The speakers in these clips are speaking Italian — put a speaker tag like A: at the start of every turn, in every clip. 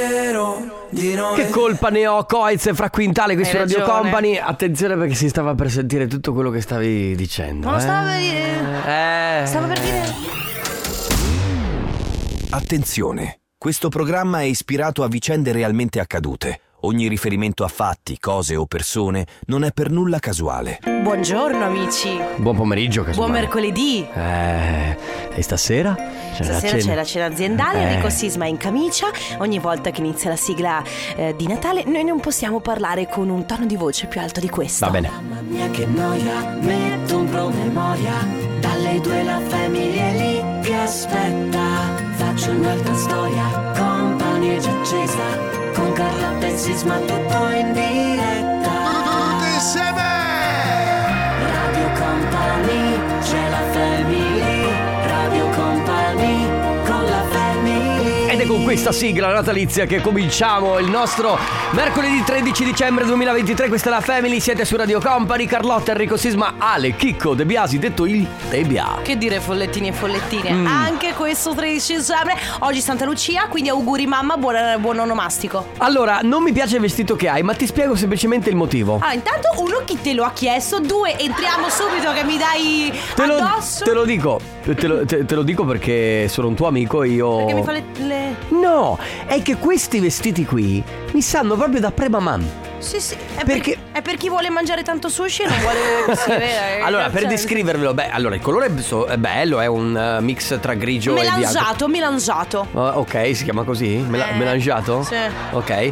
A: davvero di non
B: Che colpa ne ho, Coiz, fra Quintale, qui su
C: Hai
B: Radio
C: ragione.
B: Company. Attenzione perché si stava per sentire tutto quello che stavi dicendo.
C: Ma lo
B: eh.
C: stavo per dire.
B: Eh.
C: Stavo per dire.
D: Attenzione, questo programma è ispirato a vicende realmente accadute. Ogni riferimento a fatti, cose o persone non è per nulla casuale.
C: Buongiorno amici.
B: Buon pomeriggio, casomai.
C: Buon mercoledì.
B: Eh, e stasera? C'è la
C: Stasera c'è la cena aziendale,
B: Eh.
C: Enrico Sisma è in camicia. Ogni volta che inizia la sigla eh, di Natale, noi non possiamo parlare con un tono di voce più alto di questo.
B: Va bene.
A: Mamma mia che noia, metto un promemoria Dalle due la famiglia è lì che aspetta Faccio un'altra storia, compagnia già accesa Con Carlotta e Sisma tutto in diretta Tutti insieme! Radio Company, c'è la famiglia Radio Company, con la famiglia
B: Ed è con questa sigla natalizia che cominciamo il nostro mercoledì 13 dicembre 2023. Questa è la Family, siete su Radio Company, Carlotta, Enrico Sisma, Ale, Chicco, De Biasi, detto il De Biasi.
C: Che dire follettini e follettine?
B: Mm.
C: Anche questo 13 dicembre. Oggi Santa Lucia, quindi auguri mamma, buona- buon onomastico.
B: Allora, non mi piace il vestito che hai, ma ti spiego semplicemente il motivo.
C: Allora, Ah, intanto uno chi te lo ha chiesto, due entriamo subito che mi dai
B: Te lo,
C: addosso.
B: te lo dico, te lo, te- te lo dico perché sono un tuo amico e io...
C: Perché mi fa le, le-
B: No, è che questi vestiti qui mi sanno proprio da pre-mamam.
C: Sì, sì. È
B: Perché-
C: Per, è per chi vuole mangiare tanto sushi e non vuole si vede, eh,
B: allora, per
C: cioè,
B: descrivervelo, beh, allora il colore è so- è bello, è un eh, mix tra grigio e bianco.
C: Melangiato, melangiato.
B: Ah, ok, si chiama così? Mela-
C: Eh,
B: melangiato?
C: sì.
B: Ok.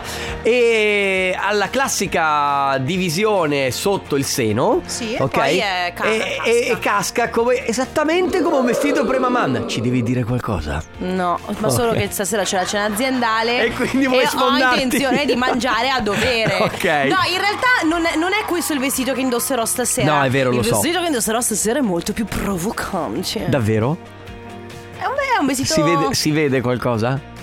B: E alla classica divisione sotto il seno.
C: Sì, e
B: ok?
C: poi, eh, ca-
B: e,
C: casca.
B: e- e casca come, esattamente come un vestito premaman. Ci devi dire qualcosa.
C: No, ma solo
B: Ok.
C: che stasera c'è la cena aziendale
B: E quindi vuoi
C: e ho
B: sfondarti.
C: intenzione di mangiare a dovere.
B: Ok.
C: No, in realtà non è, non è questo il vestito che indosserò stasera.
B: No, è vero,
C: il
B: lo so.
C: Il vestito che indosserò stasera è molto più provocante.
B: Davvero?
C: è, un, è un vestito
B: Si vede, si vede qualcosa?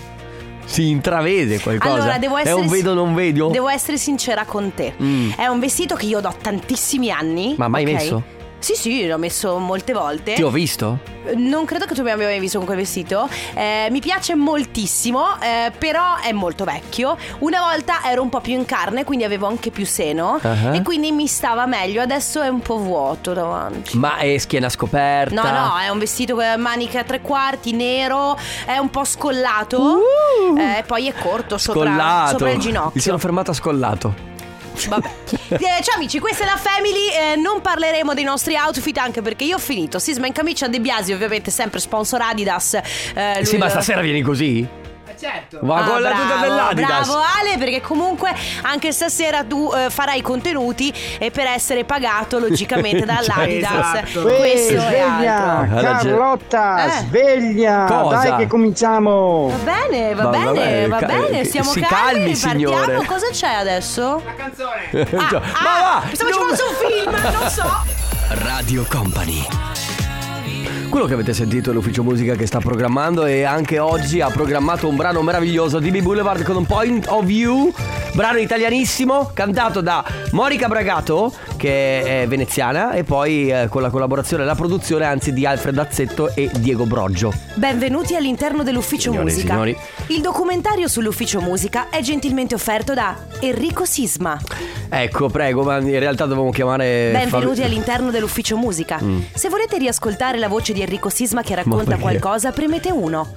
B: Si intravede qualcosa?
C: Allora, devo essere
B: È un vedo non vedo?
C: Devo Eh? essere sincera con te.
B: Mm.
C: È un vestito che io do tantissimi anni.
B: Ma mai
C: ok?
B: messo?
C: Sì, sì, l'ho messo molte volte.
B: Ti ho visto?
C: Non credo che tu mi abbia mai visto con quel vestito. Eh, mi piace moltissimo, eh, però è molto vecchio. Una volta ero un po' più in carne, quindi avevo anche più seno.
B: Ah.
C: E quindi mi stava meglio. Adesso è un po' vuoto davanti.
B: Ma è schiena scoperta?
C: No, no, è un vestito con maniche a tre quarti, nero, è un po' scollato. eh, e poi è corto sopra,
B: Scollato.
C: sopra il
B: Mi
C: ginocchio.
B: sono fermata scollato.
C: Vabbè. Eh, ciao amici, questa è la Family. eh, non parleremo dei nostri outfit anche perché io ho finito. Sisma in camicia De Biasi, ovviamente sempre sponsor Adidas. Eh, lui-
B: Sì, ma stasera vieni così? Certo. Ma
C: Ah,
B: con la tuta
C: bravo,
B: dell'Adidas.
C: Bravo Ale, perché comunque anche stasera tu eh, farai i contenuti e per essere pagato logicamente
B: Cioè,
C: dall'Adidas.
B: esatto.
C: Questo è altro.
E: Esatto. sveglia,
B: Allora, c'è-
E: Carlotta,
C: Eh.
E: sveglia.
B: Cosa?
E: Dai che cominciamo.
C: Va bene, va,
B: Va- va bene,
C: bene, va
B: ca- eh,
C: bene, siamo
B: si calmi,
C: calmi,
B: signore.
C: partiamo. Cosa c'è adesso?
B: Cioè,
C: Ah,
B: ma
C: ah,
B: va!
C: Pensavo ci
B: non-
C: fosse un film, non so.
B: Radio Company. Quello che avete sentito è l'ufficio musica che sta programmando e anche oggi ha programmato un brano meraviglioso di B Boulevard con un point of view, brano italianissimo cantato da Monica Bragato che è veneziana e poi eh, con la collaborazione e la produzione anzi di Alfred Azzetto e Diego Broggio.
C: Benvenuti all'interno dell'Ufficio
B: Signore e
C: Musica.
B: signori.
C: Il documentario sull'Ufficio Musica è gentilmente offerto da Enrico Sisma.
B: Ecco, prego, ma in realtà dovevamo chiamare
C: Benvenuti
B: Fabio-
C: all'interno dell'Ufficio Musica.
B: Mm.
C: Se volete riascoltare la voce di Enrico Sisma che racconta
B: perché?
C: qualcosa, premete uno.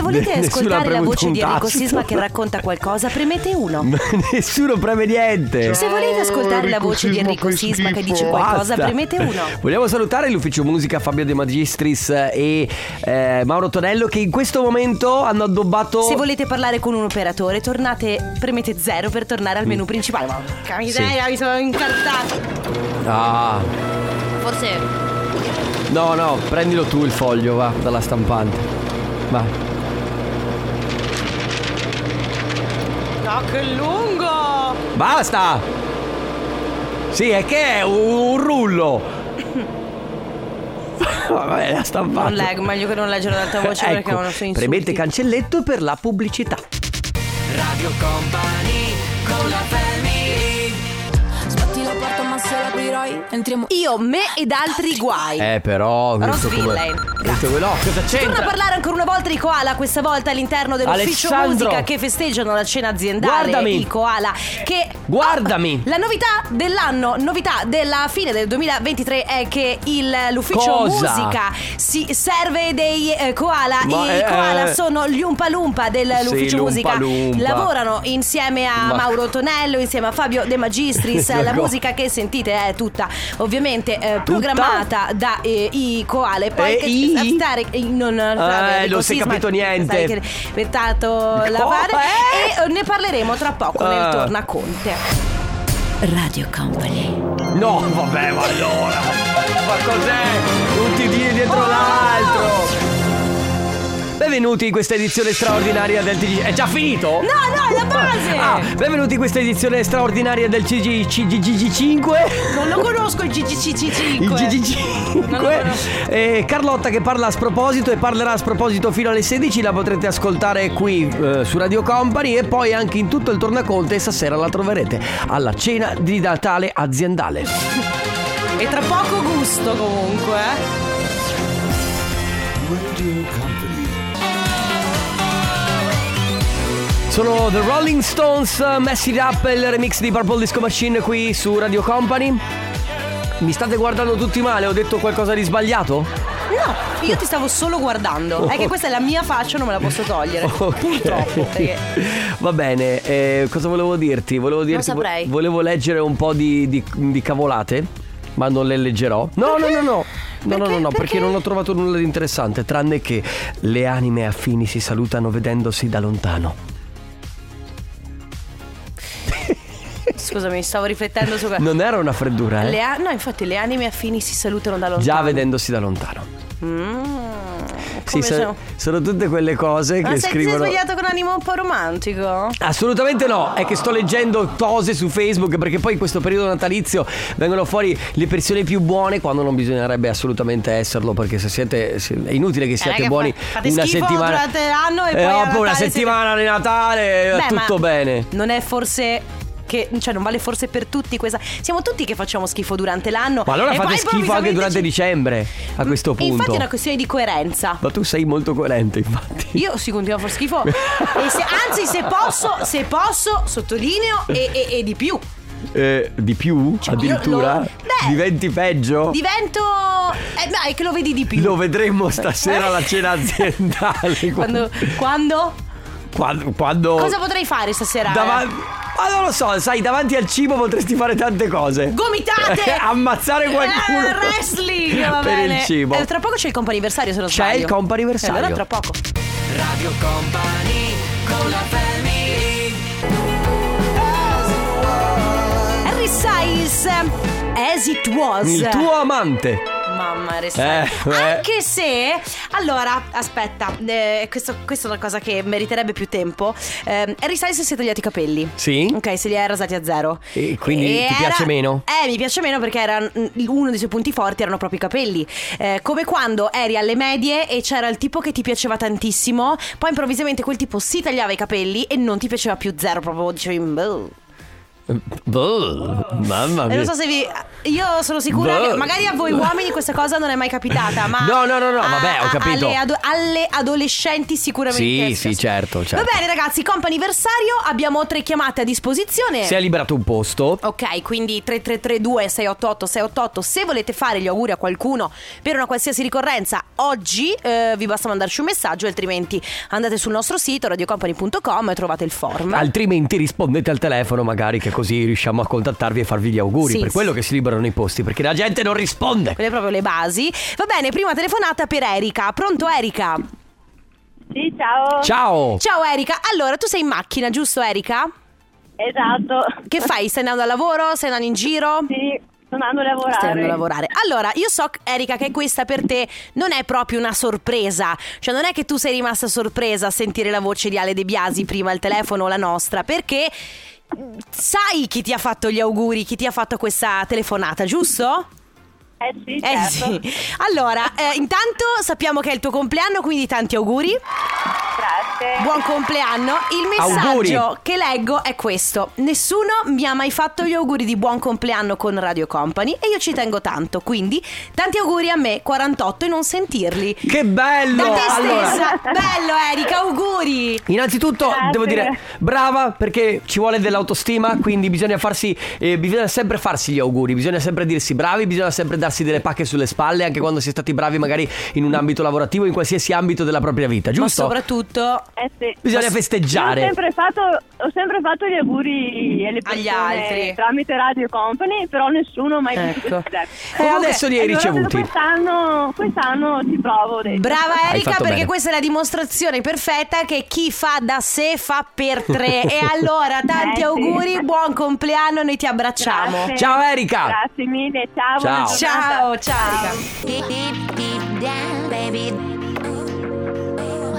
C: volete
B: Nessuno ha
C: ascoltare la
B: premuto
C: voce
B: un
C: di Enrico
B: tasto.
C: Sisma che racconta qualcosa, premete uno.
B: Ma Nessuno preme niente.
C: Se volete ascoltare la voce di Enrico Sisma che dice qualcosa,
B: Basta.
C: premete uno.
B: Vogliamo salutare l'ufficio musica Fabio De Magistris e eh, Mauro Tonello che in questo momento hanno addobbato.
C: Se volete parlare con un operatore, tornate, premete zero per tornare
B: Mm.
C: al menu principale. Ma porca miseria, mi sono incartato.
B: Ah,
C: Forse
B: no, no, prendilo tu il foglio, va, dalla stampante. Va.
C: No, che lungo!
B: Basta! Sì, è che è un, un rullo. Vabbè, la stampante.
C: Non leggo, meglio che non leggere ad alta voce perché
B: Ecco,
C: non so insulti.
B: premete cancelletto per la pubblicità.
F: Sbatti la porta ma se l'aprirai Entriamo
C: Io, me ed altri guai.
B: Eh, però.
C: Rose
B: questo come-
C: Villain. Locca.
B: Detto che no, cosa
C: Torna a
B: c'entra?
C: parlare ancora una volta di Koala, questa volta all'interno dell'ufficio
B: Alessandro.
C: musica che festeggiano la cena aziendale
B: Guardami.
C: di Koala. Che
B: Guardami.
C: Ah, la novità dell'anno, novità della fine del 2023 è che il- l'ufficio
B: Cosa?
C: musica si serve dei eh, Koala.
B: Ma,
C: I
B: eh,
C: Koala
B: eh.
C: sono gli Umpa Lumpa dell'ufficio
B: Sì,
C: musica.
B: l'Oompa Loompa.
C: Lavorano insieme a
B: Ma- Ecco.
C: Mauro Tonello, insieme a Fabio De Magistris.
B: Che
C: la
B: vergogna.
C: musica che sentite è tutta ovviamente eh, programmata da eh, i Koala. E poi
B: Eh,
C: che-
B: i? Ah,
C: stare- eh, non, vabbè,
B: non
C: dico
B: si è
C: sì,
B: capito
C: ma-
B: niente.
C: sai che- Pettato
B: Come?
C: lavare e eh, ne parleremo tra poco
B: Ah.
C: nel tornaconte.
F: Radio Company.
B: No, vabbè, ma allora. Ma cos'è? Non ti dire dietro
C: Oh,
B: l'altro. Benvenuti in questa edizione straordinaria del TG. È già finito?
C: No, no, è la base!
B: Ah, benvenuti in questa edizione straordinaria del CG, CGG5.
C: Non lo conosco il
B: Il
C: GGCC5. Ecco, eh. Non lo
B: GG5
C: conosco.
B: Eh, Carlotta che parla a sproposito e parlerà a sproposito fino alle 16 La potrete ascoltare qui eh, su Radio Company E poi anche in tutto il tornaconte Stasera la troverete alla cena di Natale aziendale
C: E tra poco gusto comunque. eh.
B: Sono The Rolling Stones eh, Mess It Up Il remix di Purple Disco Machine qui su Radio Company Mi state guardando tutti male? Ho detto qualcosa di sbagliato?
C: No, io ti stavo solo guardando. È che questa è la mia faccia, non me la posso togliere.
B: Oh. Ok.
C: Purtroppo. perché-
B: Va bene, eh, cosa volevo dirti? Volevo dirti vo-
C: saprei.
B: volevo leggere un po' di, di- di cavolate, ma non le leggerò. No, no, no, no. No, no, no, no, perché non ho trovato nulla di interessante, tranne che le anime affini si salutano vedendosi da lontano.
C: Scusami, stavo riflettendo su.
B: Non era una freddura, eh?
C: Le a- no, infatti, le anime affini si salutano da lontano.
B: Già vedendosi da lontano.
C: Mm,
B: Sì,
C: come
B: so-
C: sono-
B: sono tutte quelle cose
C: Ma
B: che
C: sei,
B: scrivono.
C: sei svegliato con animo un po' romantico?
B: Assolutamente no, è che sto leggendo cose su Facebook perché poi in questo periodo natalizio vengono fuori le persone più buone quando non bisognerebbe assolutamente esserlo perché se siete se- è inutile che siate
C: che
B: buoni
C: Eh, fa- fate
B: una
C: schifo
B: settimana
C: durante l'anno e poi a
B: dopo una
C: Natale
B: settimana di Natale è
C: Beh, ma
B: Eh, tutto bene.
C: Non è forse che cioè non vale forse per tutti questa Siamo tutti che facciamo schifo durante l'anno.
B: Ma allora
C: e
B: fate
C: poi
B: schifo anche
C: improvvisamente
B: durante
C: ci-
B: dicembre a questo
C: E
B: punto.
C: Mm, Infatti è una questione di coerenza.
B: Ma tu sei molto coerente, infatti.
C: Io si continua a far schifo. E se- anzi, se posso, se posso, sottolineo e, e- e di più.
B: Eh, di più?
C: Cioè,
B: Addirittura?
C: io lo- Beh,
B: Diventi peggio?
C: Divento. Eh, beh, è che lo vedi di più.
B: Lo vedremo stasera alla cena aziendale.
C: Quando, quando?
B: quando, quando-
C: Cosa potrei fare stasera?
B: Davanti. Ma non lo so, sai, davanti al cibo potresti fare tante cose.
C: Gomitate!
B: Ammazzare qualcuno.
C: Eh, wrestling, va
B: per
C: bene.
B: il cibo.
C: Eh, tra poco c'è il comp'anniversario, se non
B: C'è
C: sbaglio.
B: il comp'anniversario.
C: Eh, Allora tra poco.
B: Radio Company con la
C: Harry Styles, As It Was.
B: Il tuo amante.
C: Mamma Harry
B: Eh,
C: Styles.
B: eh.
C: Anche se... Allora, aspetta, eh, questo- questa è una cosa che meriterebbe più tempo. Eh, Harry Styles si è tagliato i capelli.
B: Sì.
C: Ok, se li ha rasati a zero.
B: E quindi ti piace meno?
C: Eh, mi piace meno perché era- mm, uno dei suoi punti forti erano proprio i capelli. Eh, come quando eri alle medie e c'era il tipo che ti piaceva tantissimo, poi improvvisamente quel tipo si tagliava i capelli e non ti piaceva più zero, proprio dicevi... "Boh".
B: Boh, mamma
C: E
B: mia.
C: non so se vi. Io sono sicura
B: Boh.
C: che magari a voi uomini questa cosa non è mai capitata, ma.
B: No, no, no, no,
C: a-
B: vabbè, ho
C: a-
B: capito.
C: Alle, ado- alle adolescenti sicuramente.
B: Sì,
C: è
B: sì,
C: successo.
B: certo, certo.
C: Va bene, ragazzi, comp anniversario, abbiamo tre chiamate a disposizione.
B: Si è liberato un posto.
C: Ok, quindi 3332 688 688 se volete fare gli auguri a qualcuno per una qualsiasi ricorrenza oggi eh, vi basta mandarci un messaggio, altrimenti andate sul nostro sito radiocompany.com e trovate il form.
B: Altrimenti rispondete al telefono, magari, che così riusciamo a contattarvi e farvi gli auguri.
C: Sì,
B: per
C: sì.
B: quello che si liberano i posti, perché la gente non risponde.
C: Quelle proprio le basi. Va bene, prima telefonata per Erika. Pronto Erika?
G: Sì, ciao.
B: Ciao.
C: Ciao Erika, allora tu sei in macchina, giusto Erika?
G: Esatto.
C: Che fai? Stai andando al lavoro? Stai andando in giro?
G: Sì, sto andando a lavorare.
C: Stai andando a lavorare. Allora, io so, Erika, che questa per te non è proprio una sorpresa. Cioè, non è che tu sei rimasta sorpresa a sentire la voce di Ale De Biasi prima al telefono o la nostra, perché mm, sai chi ti ha fatto gli auguri, chi ti ha fatto questa telefonata, giusto?
G: Eh sì,
C: Eh
G: certo.
C: sì. Allora, eh, intanto sappiamo che è il tuo compleanno, quindi tanti auguri.
G: Grazie.
C: Buon compleanno. Il messaggio che leggo è questo: Nessuno mi ha mai fatto gli auguri di buon compleanno con Radio Company e io ci tengo tanto. Quindi, tanti auguri a me, 48 e non sentirli.
B: Che bello!
C: Da te
B: Allora,
C: stessa. Bello Erika, auguri.
B: Innanzitutto
G: Grazie.
B: devo dire brava perché ci vuole dell'autostima, quindi bisogna farsi eh, bisogna sempre farsi gli auguri, bisogna sempre dirsi bravi, bisogna sempre darsi delle pacche sulle spalle anche quando si è stati bravi magari in un ambito lavorativo, in qualsiasi ambito della propria vita,
C: Ma
B: giusto?
C: soprattutto
G: Eh sì.
B: Bisogna festeggiare.
G: Io Ho sempre, fatto, ho sempre fatto gli auguri alle persone
C: Agli altri.
G: tramite Radio Company, però nessuno mai
C: Ecco.
B: E adesso li hai ricevuti.
G: Quest'anno, quest'anno ci provo. ho detto.
C: Brava
B: Hai
C: Erika
B: fatto
C: perché
B: bene.
C: questa è la dimostrazione perfetta che chi fa da sé fa per tre. e allora tanti
G: Eh sì.
C: auguri, buon compleanno, noi ti abbracciamo.
G: Grazie.
B: Ciao, Erika.
G: Grazie mille,
B: Ciao.
G: ciao. buona
C: Ciao,
G: giornata.
C: ciao. Erika.
F: Deep, deep, deep down, baby.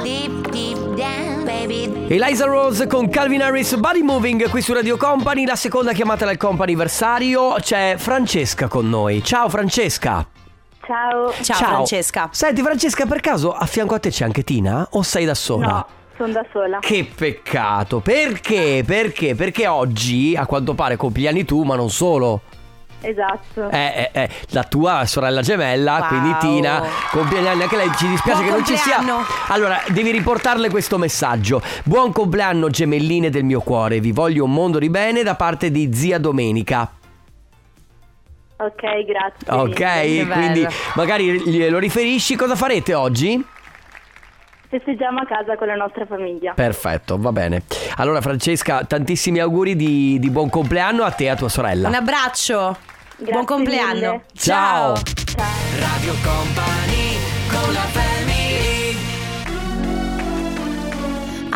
F: Deep, deep down, baby.
B: Eliza Rose con Calvin Harris Body Moving qui su Radio Company, la seconda chiamata del comp'anniversario, c'è Francesca con noi. Ciao Francesca.
G: Ciao.
C: Ciao, Francesca.
B: Senti Francesca, per caso a fianco a te c'è anche Tina o sei da sola?
G: No, sono da sola.
B: Che peccato, perché? Perché? Perché oggi a quanto pare compi gli anni tu, ma non solo.
G: Esatto.
B: Eh, eh, eh, la tua sorella gemella,
C: Wow.
B: quindi Tina, compie gli anni anche lei. Ci dispiace
C: Buon
B: che non ci sia.
C: compleanno.
B: Allora, devi riportarle questo messaggio. Buon compleanno, gemelline del mio cuore. Vi voglio un mondo di bene da parte di zia Domenica.
G: Ok, grazie.
B: Ok,
C: bello.
B: quindi magari glielo riferisci. Cosa farete oggi?
G: Festeggiamo a casa con la nostra famiglia.
B: Perfetto, va bene. Allora, Francesca, tantissimi auguri di, di buon compleanno a te e a tua sorella.
C: Un abbraccio. buon compleanno.
G: mille.
B: Ciao.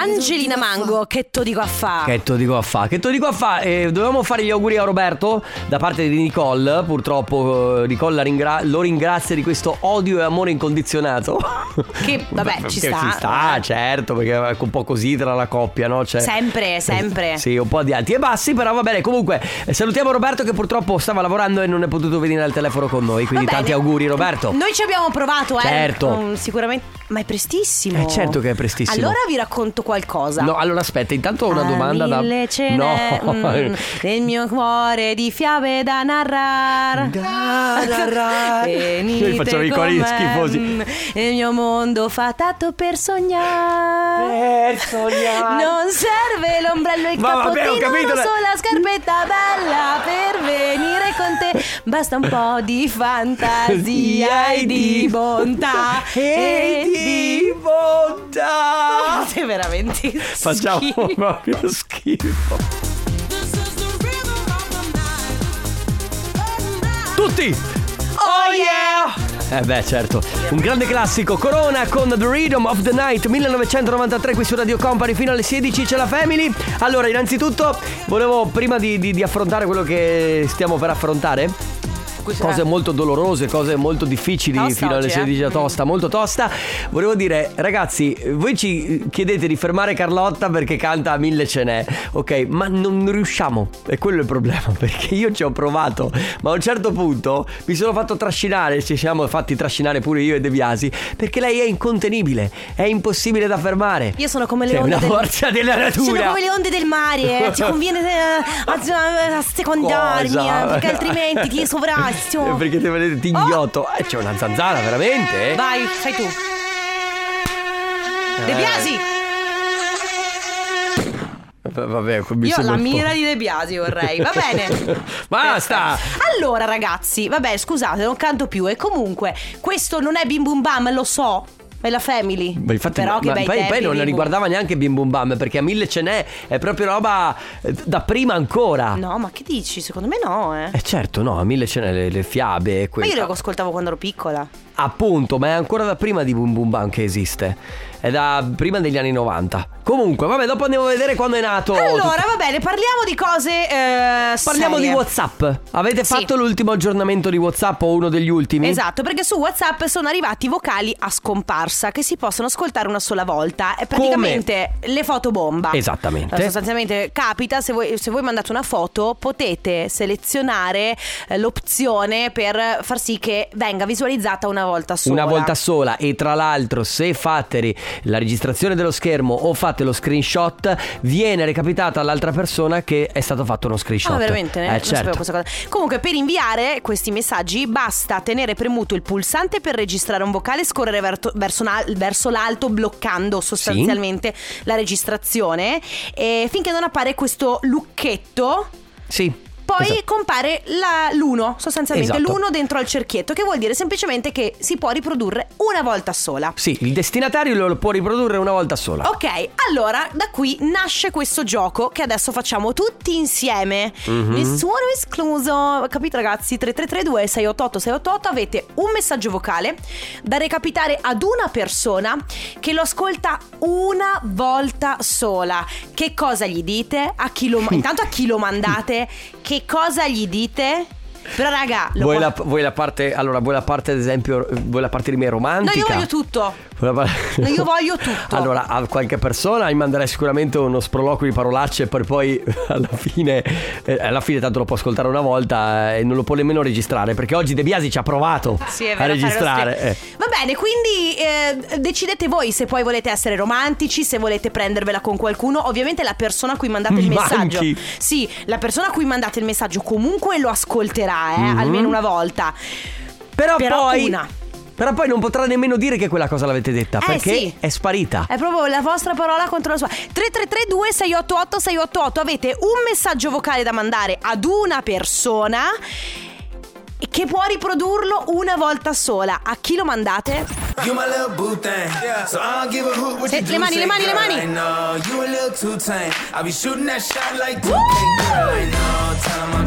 C: Angelina Mango, che to dico a fa?
B: Che te lo dico a fa? Che te lo dico a fa? Eh, dovevamo fare gli auguri a Roberto da parte di Nicole. Purtroppo eh, Nicole la ringra- lo ringrazia di questo odio e amore incondizionato.
C: Che, vabbè,
B: Perché
C: ci sta.
B: Ci sta, certo, perché è un po' così tra la coppia, no? Cioè-
C: Sempre, sempre.
B: Sì, un po' di alti e bassi, però va bene. Comunque, eh, salutiamo Roberto che purtroppo stava lavorando e non è potuto venire al telefono con noi. Quindi
C: Va bene.
B: tanti auguri Roberto.
C: Noi ci abbiamo provato, eh.
B: Certo.
C: Mm, sicuramente. Ma è prestissimo.
B: Eh, certo che è prestissimo.
C: Allora vi racconto qualcosa.
B: No, allora aspetta, intanto ho una domanda
C: ah, mille
B: da...
C: Cene,
B: no.
C: mm, nel mio cuore di fiabe da narrar.
B: Da, da, da.
C: Venite
B: Noi facciamo i cori
C: con me,
B: schifosi.
C: mm, Il mio mondo fatato per sognare.
B: Per sognare.
C: Non serve l'ombrello e il
B: Ma vabbè, ho
C: capotino,
B: capito la-
C: una sola scarpetta bella per venire con te. Basta un po' di fantasia e di bontà.
B: e di bontà.
C: Sei veramente
B: Facciamo
C: schifo.
B: proprio schifo. Tutti! Oh yeah! Eh beh certo, un grande classico, Corona con The Rhythm of the Night 1993 qui su Radio Company fino alle 16 c'è la Family. Allora innanzitutto volevo prima di, di- di affrontare quello che stiamo per affrontare Cose molto dolorose, cose molto difficili
C: Cioè. Tosta
B: fino alle
C: oggi, eh.
B: 16 a tosta, molto tosta. Volevo dire, ragazzi, voi ci chiedete di fermare Carlotta perché canta a mille ce n'è, ok? Ma non riusciamo, e quello è il problema, perché io ci ho provato, ma a un certo punto mi sono fatto trascinare, ci siamo fatti trascinare pure io e De Biasi, perché lei è incontenibile, è impossibile da fermare.
C: Io sono come le
B: Sei
C: onde
B: una
C: del-
B: forza della natura.
C: Sono come le onde del mare, eh. ci conviene eh, a, a secondarmi,
B: Cosa?
C: eh, perché altrimenti ti sovrasto.
B: Perché te vedete ti inghiotto. Eh, c'è una zanzara, veramente? eh?
C: Vai, fai tu. De Biasi!
B: V- Vabbè, mi
C: Io
B: sembra
C: la
B: un po'-
C: mira di De Biasi vorrei, va bene.
B: Basta!
C: Allora ragazzi, vabbè scusate, non canto più e comunque questo non è bim bum bam, lo so. È la family.
B: Ma infatti,
C: Però
B: ma-
C: che
B: ma
C: bei
B: poi,
C: tempi,
B: poi non
C: Bim Bum.
B: riguardava neanche Bim Bum Bam perché a mille ce n'è, è proprio roba eh, da prima ancora.
C: No, ma che dici? Secondo me no, eh.
B: Eh certo, no, a mille ce n'è le, le fiabe e
C: Ma io
B: quello.
C: lo ascoltavo quando ero piccola.
B: appunto, ma è ancora da prima di Boom Boom Bam che esiste. È da prima degli anni 90. Comunque, vabbè, dopo andiamo a vedere quando è nato.
C: Allora,
B: tutto.
C: va bene, parliamo di cose. eh,
B: Parliamo
C: serie.
B: di WhatsApp. Avete
C: Sì.
B: fatto l'ultimo aggiornamento di WhatsApp o uno degli ultimi?
C: Esatto, perché su WhatsApp sono arrivati vocali a scomparsa che si possono ascoltare una sola volta. È praticamente le foto bomba.
B: Esattamente.
C: Eh, sostanzialmente capita, se voi, se voi mandate una foto potete selezionare eh, l'opzione per far sì che venga visualizzata una volta sola.
B: Una volta sola e tra l'altro se fate la registrazione dello schermo o fate lo screenshot viene recapitata all'altra persona che è stato fatto uno screenshot.
C: Ah, veramente?
B: Eh,
C: non sapevo
B: certo.
C: questa cosa. Comunque, per inviare questi messaggi basta tenere premuto il pulsante per registrare un vocale e scorrere verto- verso, na- verso l'alto, bloccando sostanzialmente la registrazione. E finché non appare questo lucchetto.
B: Sì.
C: Poi
B: esatto.
C: compare la- l'uno, sostanzialmente
B: Esatto.
C: l'uno dentro al cerchietto, che vuol dire semplicemente che si può riprodurre una volta sola.
B: Sì, il destinatario lo può riprodurre una volta sola.
C: Ok, allora da qui nasce questo gioco che adesso facciamo tutti insieme.
B: Mhm.
C: Nessuno escluso. Capito ragazzi? 3332 688 688 avete un messaggio vocale da recapitare ad una persona che lo ascolta una volta sola. Che cosa gli dite? A chi lo ma- intanto a chi lo mandate? Che cosa gli dite? Però raga, lo
B: Vuoi,
C: po-
B: la, vuoi la parte, allora, vuoi la parte, ad esempio, vuoi la parte di me
C: No, io
B: romantica?
C: voglio tutto.
B: Vuoi la par-
C: No, io voglio tutto.
B: Allora, a qualche persona gli manderai sicuramente uno sproloquio di parolacce per poi alla fine, eh, alla fine tanto lo può ascoltare una volta eh, e non lo può nemmeno registrare perché oggi De Biasi ci ha provato
C: Ah, Sì, è
B: a
C: vero,
B: registrare.
C: fare lo
B: eh.
C: scherzo. Va bene, quindi eh, decidete voi se poi volete essere romantici, se volete prendervela con qualcuno. Ovviamente la persona a cui mandate il
B: Mi
C: messaggio.
B: manchi.
C: Sì, la persona a cui mandate il messaggio comunque lo ascolterà, eh,
B: Mhm.
C: almeno una volta.
B: Però,
C: Però
B: poi...
C: una.
B: Però poi non potrà nemmeno dire che quella cosa l'avete detta
C: Eh,
B: perché
C: sì.
B: è sparita.
C: È proprio la vostra parola contro la sua. 3332 688 688 avete un messaggio vocale da mandare ad una persona che può riprodurlo una volta sola. A chi lo mandate? Se- le mani, le mani, le mani. Cioè, ma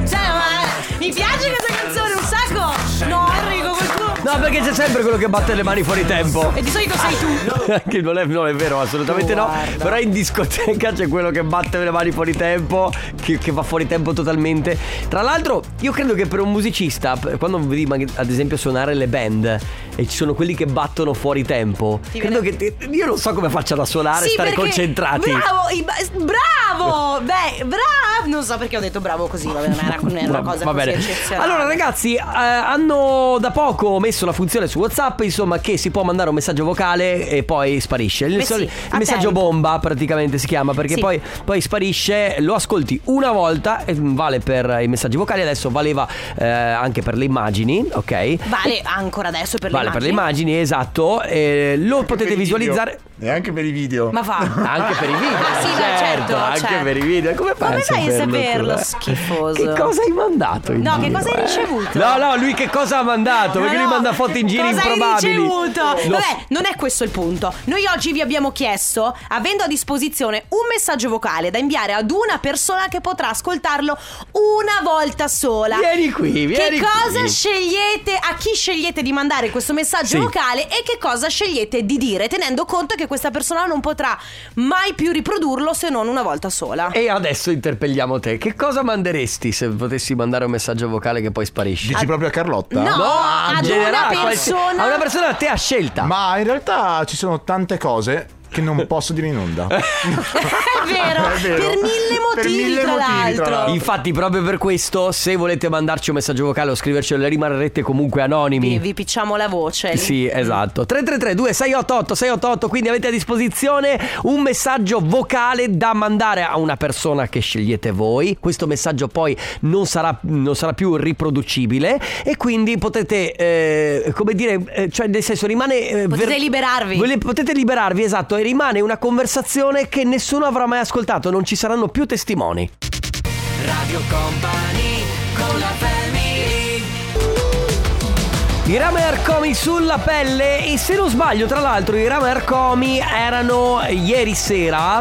C: mi piace questa canzone un sacco. No, Enrico, quel tuo-
B: No, perché c'è sempre quello che batte le mani fuori tempo.
C: E di solito sei tu.
B: Che non è, non è vero, assolutamente no. Però in discoteca c'è quello che batte le mani fuori tempo, che, che va fuori tempo totalmente. Tra l'altro, io credo che per un musicista, p- quando vedi mag- ad esempio suonare le band e ci sono quelli che battono fuori tempo, credo che te- io non so come facciano a suonare e
C: Sì,
B: stare
C: perché-
B: concentrati.
C: Bravo, i ba- bravo. Beh, bravo. Non so perché ho detto bravo così, vabbè, non era, non era una
B: No,
C: cosa
B: va
C: così
B: bene.
C: eccezionale.
B: Allora ragazzi eh, hanno da poco messo la funzione su Whatsapp Insomma che si può mandare un messaggio vocale e poi sparisce Il,
C: Beh Eh sì,
B: il
C: a
B: messaggio
C: tempo.
B: bomba praticamente si chiama Perché
C: Sì.
B: poi, poi sparisce, lo ascolti una volta e Vale per i messaggi vocali Adesso valeva eh, anche per le immagini ok?
C: Vale ancora adesso per
B: Vale
C: le
B: per le
C: immagini.
B: immagini, esatto Eh, Lo potete visualizzare
H: E anche per i video.
C: Ma va.
B: anche per i video,
C: Ah, sì, beh, certo,
B: anche
C: certo.
B: per i video. Come fai
C: Come
B: a
C: fai a
B: saperlo?
C: saperlo,
B: tu?
C: schifoso?
B: Che cosa hai mandato? in
C: No, che
B: giro,
C: cosa hai
B: eh?
C: ricevuto?
B: No, no, lui che cosa ha mandato?
C: Ma
B: Perché lui
C: no,
B: manda foto in giri
C: cosa hai
B: improbabili.
C: ricevuto?
B: Lo-
C: Vabbè, non è questo il punto. Noi oggi vi abbiamo chiesto, avendo a disposizione un messaggio vocale da inviare ad una persona che potrà ascoltarlo una volta sola.
B: Vieni qui, vieni
C: Che cosa
B: qui.
C: scegliete? A chi scegliete di mandare questo messaggio
B: Sì.
C: vocale e che cosa scegliete di dire, tenendo conto che questa persona non potrà mai più riprodurlo se non una volta sola.
B: E adesso interpelliamo te. Che cosa manderesti se potessi mandare un messaggio vocale che poi sparisce?
H: Dici proprio a Carlotta?
C: Ah, No. ad
B: in
C: una
B: generale, qualsi-
C: persona-
B: A una persona a te a scelta.
H: Ma in realtà ci sono tante cose che non posso dire in onda.
C: È vero,
H: È vero.
C: per mille
H: Per
C: motivi,
H: mille
C: tra,
H: motivi,
C: l'altro.
H: tra l'altro.
B: Infatti, proprio per questo, se volete mandarci un messaggio vocale o scrivercelo, rimarrete comunque anonimi.
C: Vi, vi picciamo la voce.
B: Sì, esatto. 333 2688 688, quindi avete a disposizione un messaggio vocale da mandare a una persona che scegliete voi. Questo messaggio poi non sarà, non sarà più riproducibile e quindi potete, eh, come dire, eh, cioè nel senso rimane... eh,
C: Potete liberarvi.
B: Voi le- potete liberarvi, esatto, e rimane una conversazione che nessuno avrà mai ascoltato, non ci saranno più testimoni. I Rame Arcomi sulla pelle e se non sbaglio tra l'altro i Rame Arcomi erano ieri sera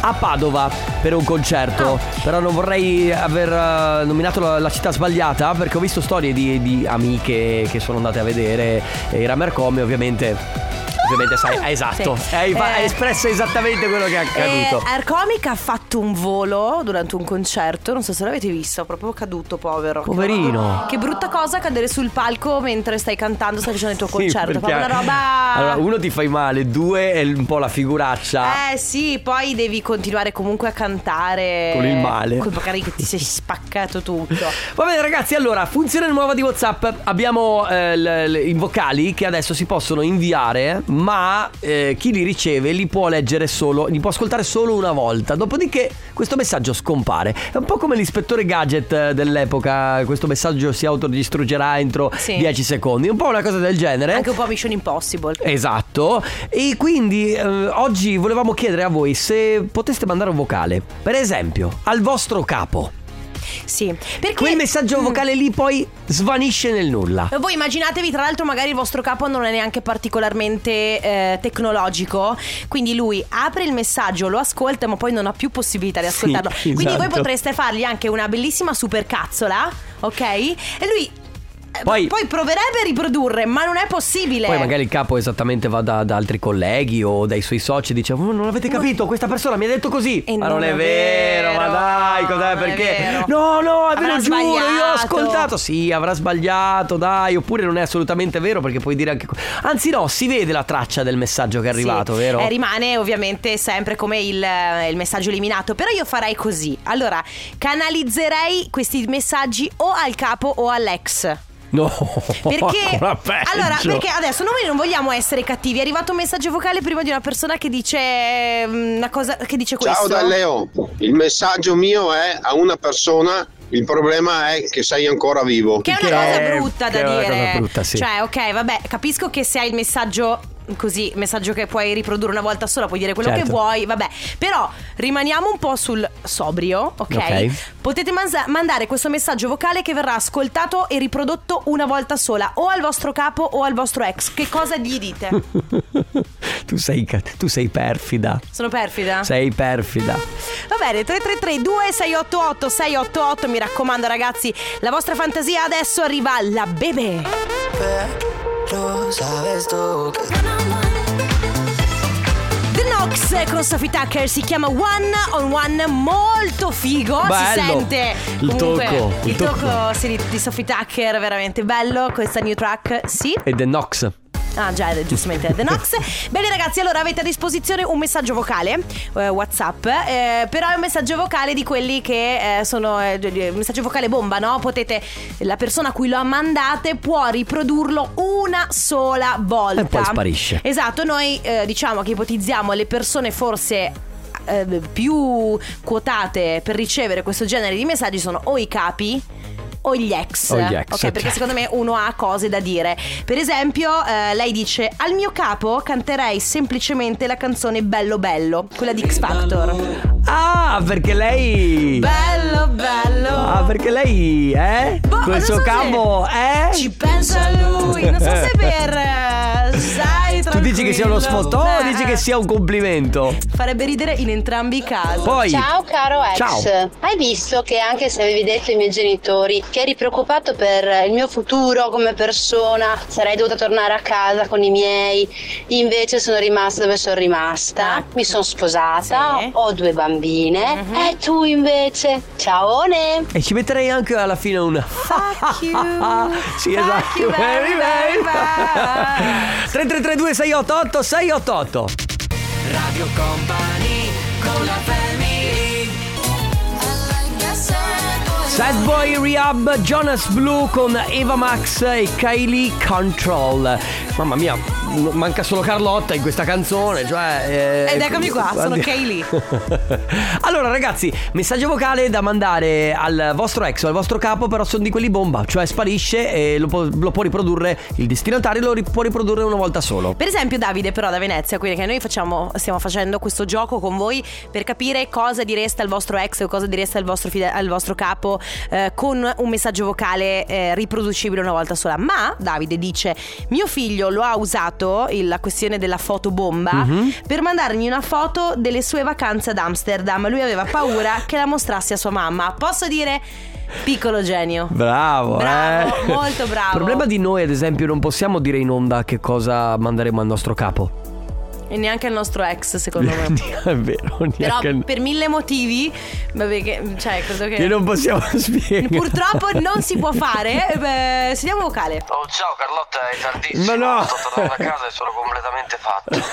B: a Padova per un concerto. Però non vorrei aver eh, nominato la, la città sbagliata perché ho visto storie di, di amiche che sono andate a vedere eh, i Ramercome, ovviamente. Ovviamente sai, eh, esatto,
C: Sì.
B: hai, fa-
C: Eh.
B: hai espresso esattamente quello che è accaduto.
C: Eh, Air Comic ha fatto un volo durante un concerto, non so se l'avete visto, proprio caduto, povero.
B: Poverino.
C: Che brutta cosa cadere sul palco mentre stai cantando, stai facendo il tuo
B: Sì,
C: concerto.
B: perché-
C: Proprio una roba.
B: Allora, uno ti fai male, due è un po' la figuraccia.
C: Eh sì, poi devi continuare comunque a cantare.
B: Con il male.
C: Con magari che ti sei spaccato tutto.
B: Va bene ragazzi, allora, funzione nuova di Whatsapp. Abbiamo eh, l- l- i vocali che adesso si possono inviare, ma eh, chi li riceve li può leggere solo, li può ascoltare solo una volta. Dopodiché questo messaggio scompare. È un po' come l'ispettore gadget eh, dell'epoca, questo messaggio si autodistruggerà entro
C: Sì.
B: 10 secondi, un po' una cosa del genere.
C: Anche un po' Mission Impossible.
B: Esatto, e quindi eh, oggi volevamo chiedere a voi se poteste mandare un vocale, per esempio, al vostro capo.
C: Sì. Perché
B: Quel
C: Mm.
B: messaggio vocale lì poi svanisce nel nulla.
C: Voi immaginatevi, tra l'altro, magari il vostro capo non è neanche particolarmente eh, tecnologico, quindi lui apre il messaggio, lo ascolta, ma poi non ha più possibilità di
B: Sì,
C: ascoltarlo. Quindi voi
B: esatto.
C: potreste fargli anche una bellissima supercazzola, ok? E lui. eh,
B: Poi-
C: poi proverebbe a riprodurre, ma non è possibile.
B: Poi magari il capo esattamente va da, da altri colleghi o dai suoi soci e dice "Oh, non avete capito, questa persona mi ha detto così.
C: E
B: ma
C: non
B: non è
C: è
B: vero, ma
C: vero,
B: dai, cos'è
C: non è
B: perché?
C: vero.
B: No, no, ve
C: Avrà
B: lo giuro, io ho
C: sbagliato."
B: ascoltato. Sì, avrà sbagliato, dai, oppure non è assolutamente vero perché puoi dire anche... co- Anzi no, si vede la traccia del messaggio che è arrivato,
C: Sì.
B: vero?
C: Eh, rimane ovviamente sempre come il, eh, il messaggio eliminato. Però io farei così. Allora, canalizzerei questi messaggi o al capo o all'ex.
B: no, Oh,
C: Perché
B: ancora peggio.
C: Allora, perché adesso noi non vogliamo essere cattivi. È arrivato un messaggio vocale prima di una persona che dice eh, una cosa che dice questo.
I: Ciao da Leo, il messaggio mio è a una persona, il problema è che sei ancora vivo.
C: Che è
B: Che
C: una cosa
B: è-
C: brutta
B: che è
C: da
B: una
C: dire.
B: cosa brutta, sì.
C: Cioè, ok, vabbè, capisco che se hai il messaggio così, messaggio che puoi riprodurre una volta sola, puoi dire quello
B: Certo.
C: che vuoi, vabbè. Però rimaniamo un po' sul sobrio, ok?
B: Ok.
C: Potete mansa- mandare questo messaggio vocale che verrà ascoltato e riprodotto una volta sola, o al vostro capo o al vostro ex. Che cosa gli dite?
B: tu, sei, ca- tu sei perfida.
C: Sono perfida?
B: Sei perfida.
C: Va bene, 333 2688 688 mi raccomando ragazzi, la vostra fantasia adesso arriva alla bebè. The Nox con Sophie Tucker si chiama One on One, molto figo, si
B: Bello.
C: sente
B: Il
C: Comunque,
B: tocco, il
C: il tocco,
B: tocco.
C: sì, di, di Sophie Tucker, veramente bello, questa new track, sì.
B: E The Nox.
C: Ah già, giustamente The Nox. Bene ragazzi, allora avete a disposizione un messaggio vocale, eh, Whatsapp, eh, però è un messaggio vocale di quelli che eh, sono eh, d- d- messaggio vocale bomba, no? Potete la persona a cui lo mandate può riprodurlo una sola volta.
B: E poi sparisce.
C: Esatto, noi eh, diciamo che ipotizziamo le persone forse eh, più quotate per ricevere questo genere di messaggi sono o i capi o gli ex.
B: O gli ex,
C: Ok, perché
B: cioè.
C: secondo me uno ha cose da dire. Per esempio, eh, lei dice: Al mio capo canterei semplicemente la canzone Bello Bello, quella di X Factor.
B: Ah, perché lei.
C: Bello bello.
B: Ah, perché lei, eh?
C: Boh,
B: Col
C: non
B: suo
C: so
B: capo,
C: se-
B: eh?
C: Ci pensa lui. Non so se per. eh, Sai,
B: tu dici che sia uno sfotto
C: sfottò
B: o dici che sia un complimento?
C: Farebbe ridere in entrambi i casi.
B: Poi.
J: Ciao caro ex,
B: Ciao.
J: hai visto che anche se avevi detto ai miei genitori che eri preoccupato per il mio futuro come persona, sarei dovuta tornare a casa con i miei, invece sono rimasta dove sono rimasta,
C: Ah.
J: mi sono sposata,
C: Sì.
J: ho due bambine
B: Mhm.
J: e tu invece, ciaone!
B: E ci metterei anche alla fine un
C: Fuck you.
B: Sì,
C: Fuck
B: esatto.
C: you very, very much.
B: 3332 688 688. Radio Company con la Sad Boy Rehab, Jonas Blue con Eva Max e Kylie Control. Mamma mia, m- manca solo Carlotta in questa canzone. Cioè, eh,
C: Ed eccomi qua, sono
B: guardi-
C: Kylie.
B: allora ragazzi, messaggio vocale da mandare al vostro ex o al vostro capo, però sono di quelli bomba, cioè sparisce e lo può, lo può riprodurre il destinatario, lo ri- può riprodurre una volta solo.
C: Per esempio Davide però da Venezia, quindi che noi facciamo, stiamo facendo questo gioco con voi per capire cosa direste al vostro ex o cosa direste al vostro, fide- al vostro capo eh, con un messaggio vocale eh, riproducibile una volta sola. Ma Davide dice mio figlio lo ha usato, usato il- la questione della fotobomba
B: Mhm.
C: per mandargli una foto delle sue vacanze ad Amsterdam. Lui aveva paura che la mostrasse a sua mamma. Posso dire, piccolo genio.
B: Bravo,
C: Bravo,
B: eh.
C: molto bravo.
B: Il Eh. problema di noi, ad esempio, non possiamo dire in onda che cosa manderemo al nostro capo.
C: E neanche il nostro ex, secondo me.
B: È vero,
C: Però
B: neanche
C: per mille motivi, vabbè, che- cioè, credo che.
B: che non possiamo spiegare.
C: Purtroppo non si può fare. Eh, beh, sentiamo vocale.
K: Oh, ciao Carlotta, è tardissimo.
B: Ma no.
K: Sto tornando a casa e sono completamente fatto.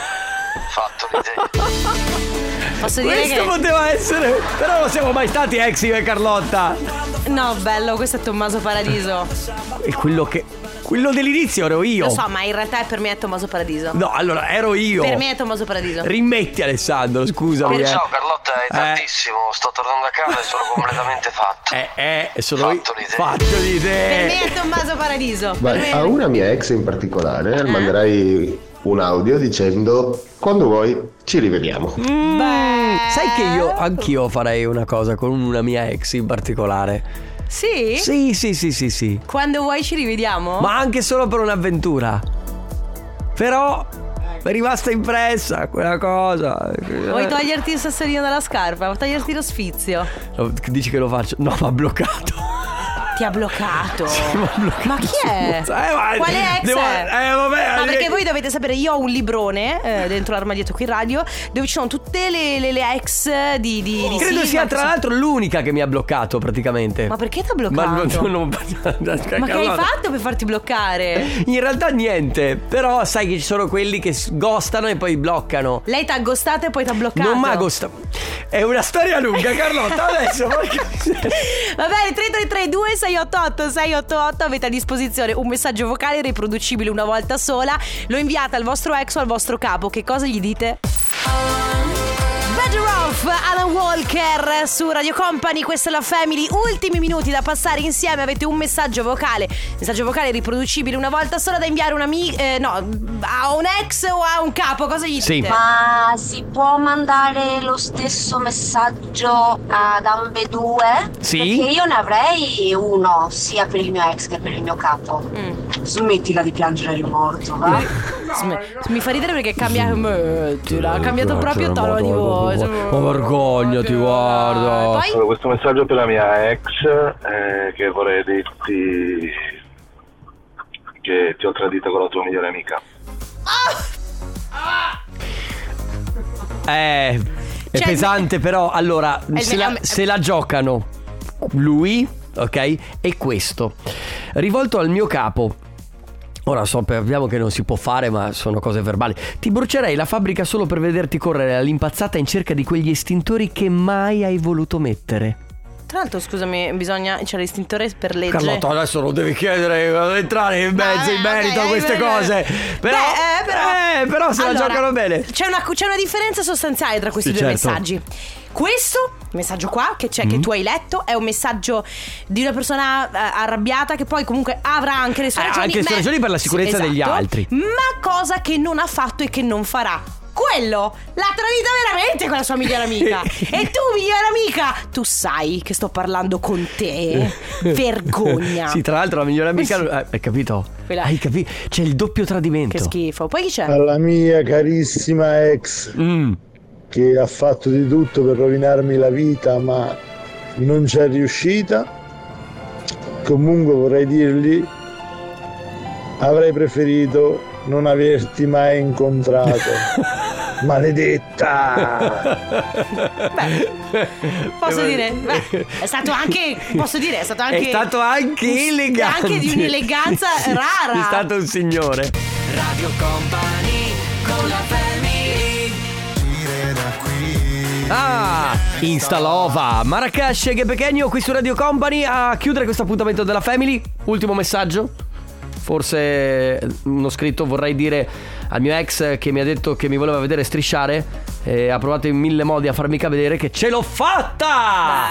K: fatto l'idea.
C: Posso dire
B: Questo
C: che.
B: poteva essere, però non siamo mai stati ex io e Carlotta.
C: No, bello, questo è Tommaso Paradiso.
B: E quello che. Quello dell'inizio ero io.
C: Lo so, ma in realtà per me è Tommaso Paradiso.
B: No, allora ero io.
C: Per me è Tommaso Paradiso.
B: Rimetti Alessandro, scusami.
K: Oh,
B: eh.
K: ciao Carlotta, è
B: Eh.
K: tardissimo. Sto tornando a casa e sono completamente fatto.
B: Eh, eh, sono io. Fatto
C: Per
B: l'idea.
C: me è Tommaso Paradiso. Per
L: Vai,
C: me-
L: a una mia ex in particolare manderai un audio dicendo quando vuoi ci rivediamo.
B: Mm. Sai che io anch'io farei una cosa con una mia ex in particolare.
C: Sì?
B: Sì, sì, sì, sì, sì.
C: Quando vuoi ci rivediamo?
B: Ma anche solo per un'avventura. Però mi è rimasta impressa quella cosa. eh.
C: Vuoi toglierti il sassolino dalla scarpa? Vuoi toglierti lo sfizio?
B: No, Dici che lo faccio? No, ma bloccato.
C: Ti ha bloccato.
B: Ma bloccato.
C: Ma chi è?
B: Eh, ma-
C: Quale ex
B: devo-
C: è?
B: Eh, vabbè.
C: Ma perché voi dovete sapere, io ho un librone eh, dentro l'armadietto qui in radio dove ci sono tutte le, le- le ex di, di, di
B: Credo
C: Silva,
B: sia
C: che
B: tra
C: sono-
B: l'altro l'unica che mi ha bloccato praticamente.
C: Ma perché ti ha
B: Ma non-
C: bloccato?
B: non- non-
C: Ma che hai
B: Carlotta.
C: fatto per farti bloccare?
B: In realtà niente, però sai che ci sono quelli che s- gostano e poi bloccano.
C: Lei t'ha aggostato e poi t'ha bloccato.
B: Non mago sta... È una storia lunga, Carlotta, adesso...
C: Va bene, 3332 688 688 avete a disposizione un messaggio vocale riproducibile una volta sola. Lo inviate al vostro ex o al vostro capo. Che cosa gli dite? Better Off, Alan Walker su Radio Company, questa è la Family. Ultimi minuti da passare insieme. Avete un messaggio vocale. Messaggio vocale riproducibile una volta sola da inviare a un ami- eh, no, a un ex o a un capo. Cosa gli dite?
M: Ma si può mandare lo stesso messaggio ad ambedue?
B: Sì.
M: Perché io ne avrei uno, sia per il mio ex che per il mio capo. Smettila di piangere il morto, va?
C: Mi fa ridere perché cambia. Mettila, ha cambiato
B: Cioè,
C: proprio tono di voce.
B: Ma vergognati, guarda.
C: Allora,
N: questo messaggio per la mia ex eh, che vorrei dirti che ti ho tradito con la tua migliore amica.
B: Eh,
C: Cioè,
B: è pesante, però allora,
N: il
B: se
N: mega-
B: la, se la giocano lui, ok? E questo, rivolto al mio capo. Ora sappiamo che non si può fare, ma sono cose verbali. Ti brucerei la fabbrica solo per vederti correre all'impazzata in cerca di quegli estintori che mai hai voluto mettere.
C: Tra l'altro, scusami, bisogna. C'è l'istintore per legge.
B: Carlotta, adesso non devi chiedere, non entrare in mezzo, in merito a queste cose. Però,
C: Beh, eh, però,
B: eh, però se la
C: Allora,
B: giocano bene.
C: C'è una, c'è una differenza sostanziale tra questi
B: Sì,
C: due
B: certo.
C: messaggi. Questo il messaggio qua che c'è, che
B: Mm.
C: tu hai letto, è un messaggio di una persona eh, arrabbiata che poi comunque avrà anche le sue
B: Eh,
C: ragioni.
B: anche le sue
C: ma-
B: ragioni per la sicurezza
C: Esatto.
B: degli altri.
C: Ma cosa che non ha fatto e che non farà. Quello l'ha tradita veramente con la sua migliore amica. e tu, migliore amica, tu sai che sto parlando con te. Vergogna.
B: Sì, tra l'altro la migliore amica. eh, Hai capito?
C: Quella-
B: Hai capito? C'è il doppio tradimento.
C: Che schifo. Poi chi c'è?
O: alla mia carissima ex
B: Mm.
O: che ha fatto di tutto per rovinarmi la vita ma non ci è riuscita comunque vorrei dirgli avrei preferito non averti mai incontrato maledetta
C: Posso dire, beh, è stato anche, posso dire, è stato anche
B: Eh, È stato anche
C: un-
B: elegante.
C: Anche di un'eleganza
B: Sì,
C: rara.
B: È stato un signore.
A: Radio Company con la
B: Ah, Instalova, Marrakesh che Pechegno qui su Radio Company a chiudere questo appuntamento della Family. Ultimo messaggio. Forse uno scritto vorrei dire al mio ex che mi ha detto che mi voleva vedere strisciare e ha provato in mille modi a farmi capire che ce l'ho fatta!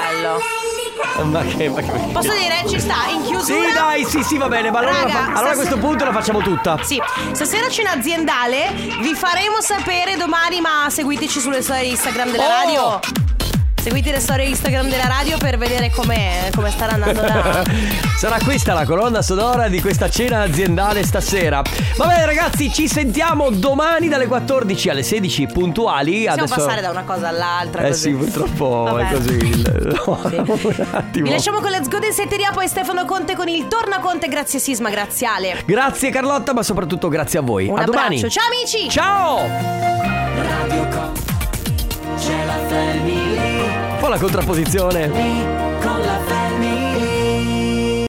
B: Ma che, ma che
C: Posso dire, ci sta, in chiusura.
B: Sì, dai, sì, sì, va bene, ma allora,
C: Raga,
B: la fa- allora a
C: stasera-
B: questo punto la facciamo tutta.
C: Sì, stasera cena aziendale, vi faremo sapere domani, ma seguiteci sulle storie Instagram della
B: Oh!
C: radio. Seguite le storie Instagram della radio per vedere come, come starà andando la...
B: Sarà questa la colonna sonora di questa cena aziendale stasera. Va bene ragazzi, ci sentiamo domani dalle 14 alle 16 puntuali.
C: Possiamo
B: Adesso...
C: passare da una cosa all'altra
B: Eh
C: così.
B: sì, purtroppo
C: Vabbè.
B: è così. il- no, un attimo.
C: Vi lasciamo con Let's Go del Setteria, poi Stefano Conte con il Torna Conte, grazie Sisma, grazie Ale.
B: Grazie Carlotta, ma soprattutto grazie a voi.
C: Un
B: a domani.
C: abbraccio, ciao amici!
B: Ciao!
A: Radio Company, c'è la family
B: Un po' la contrapposizione.
A: con la family.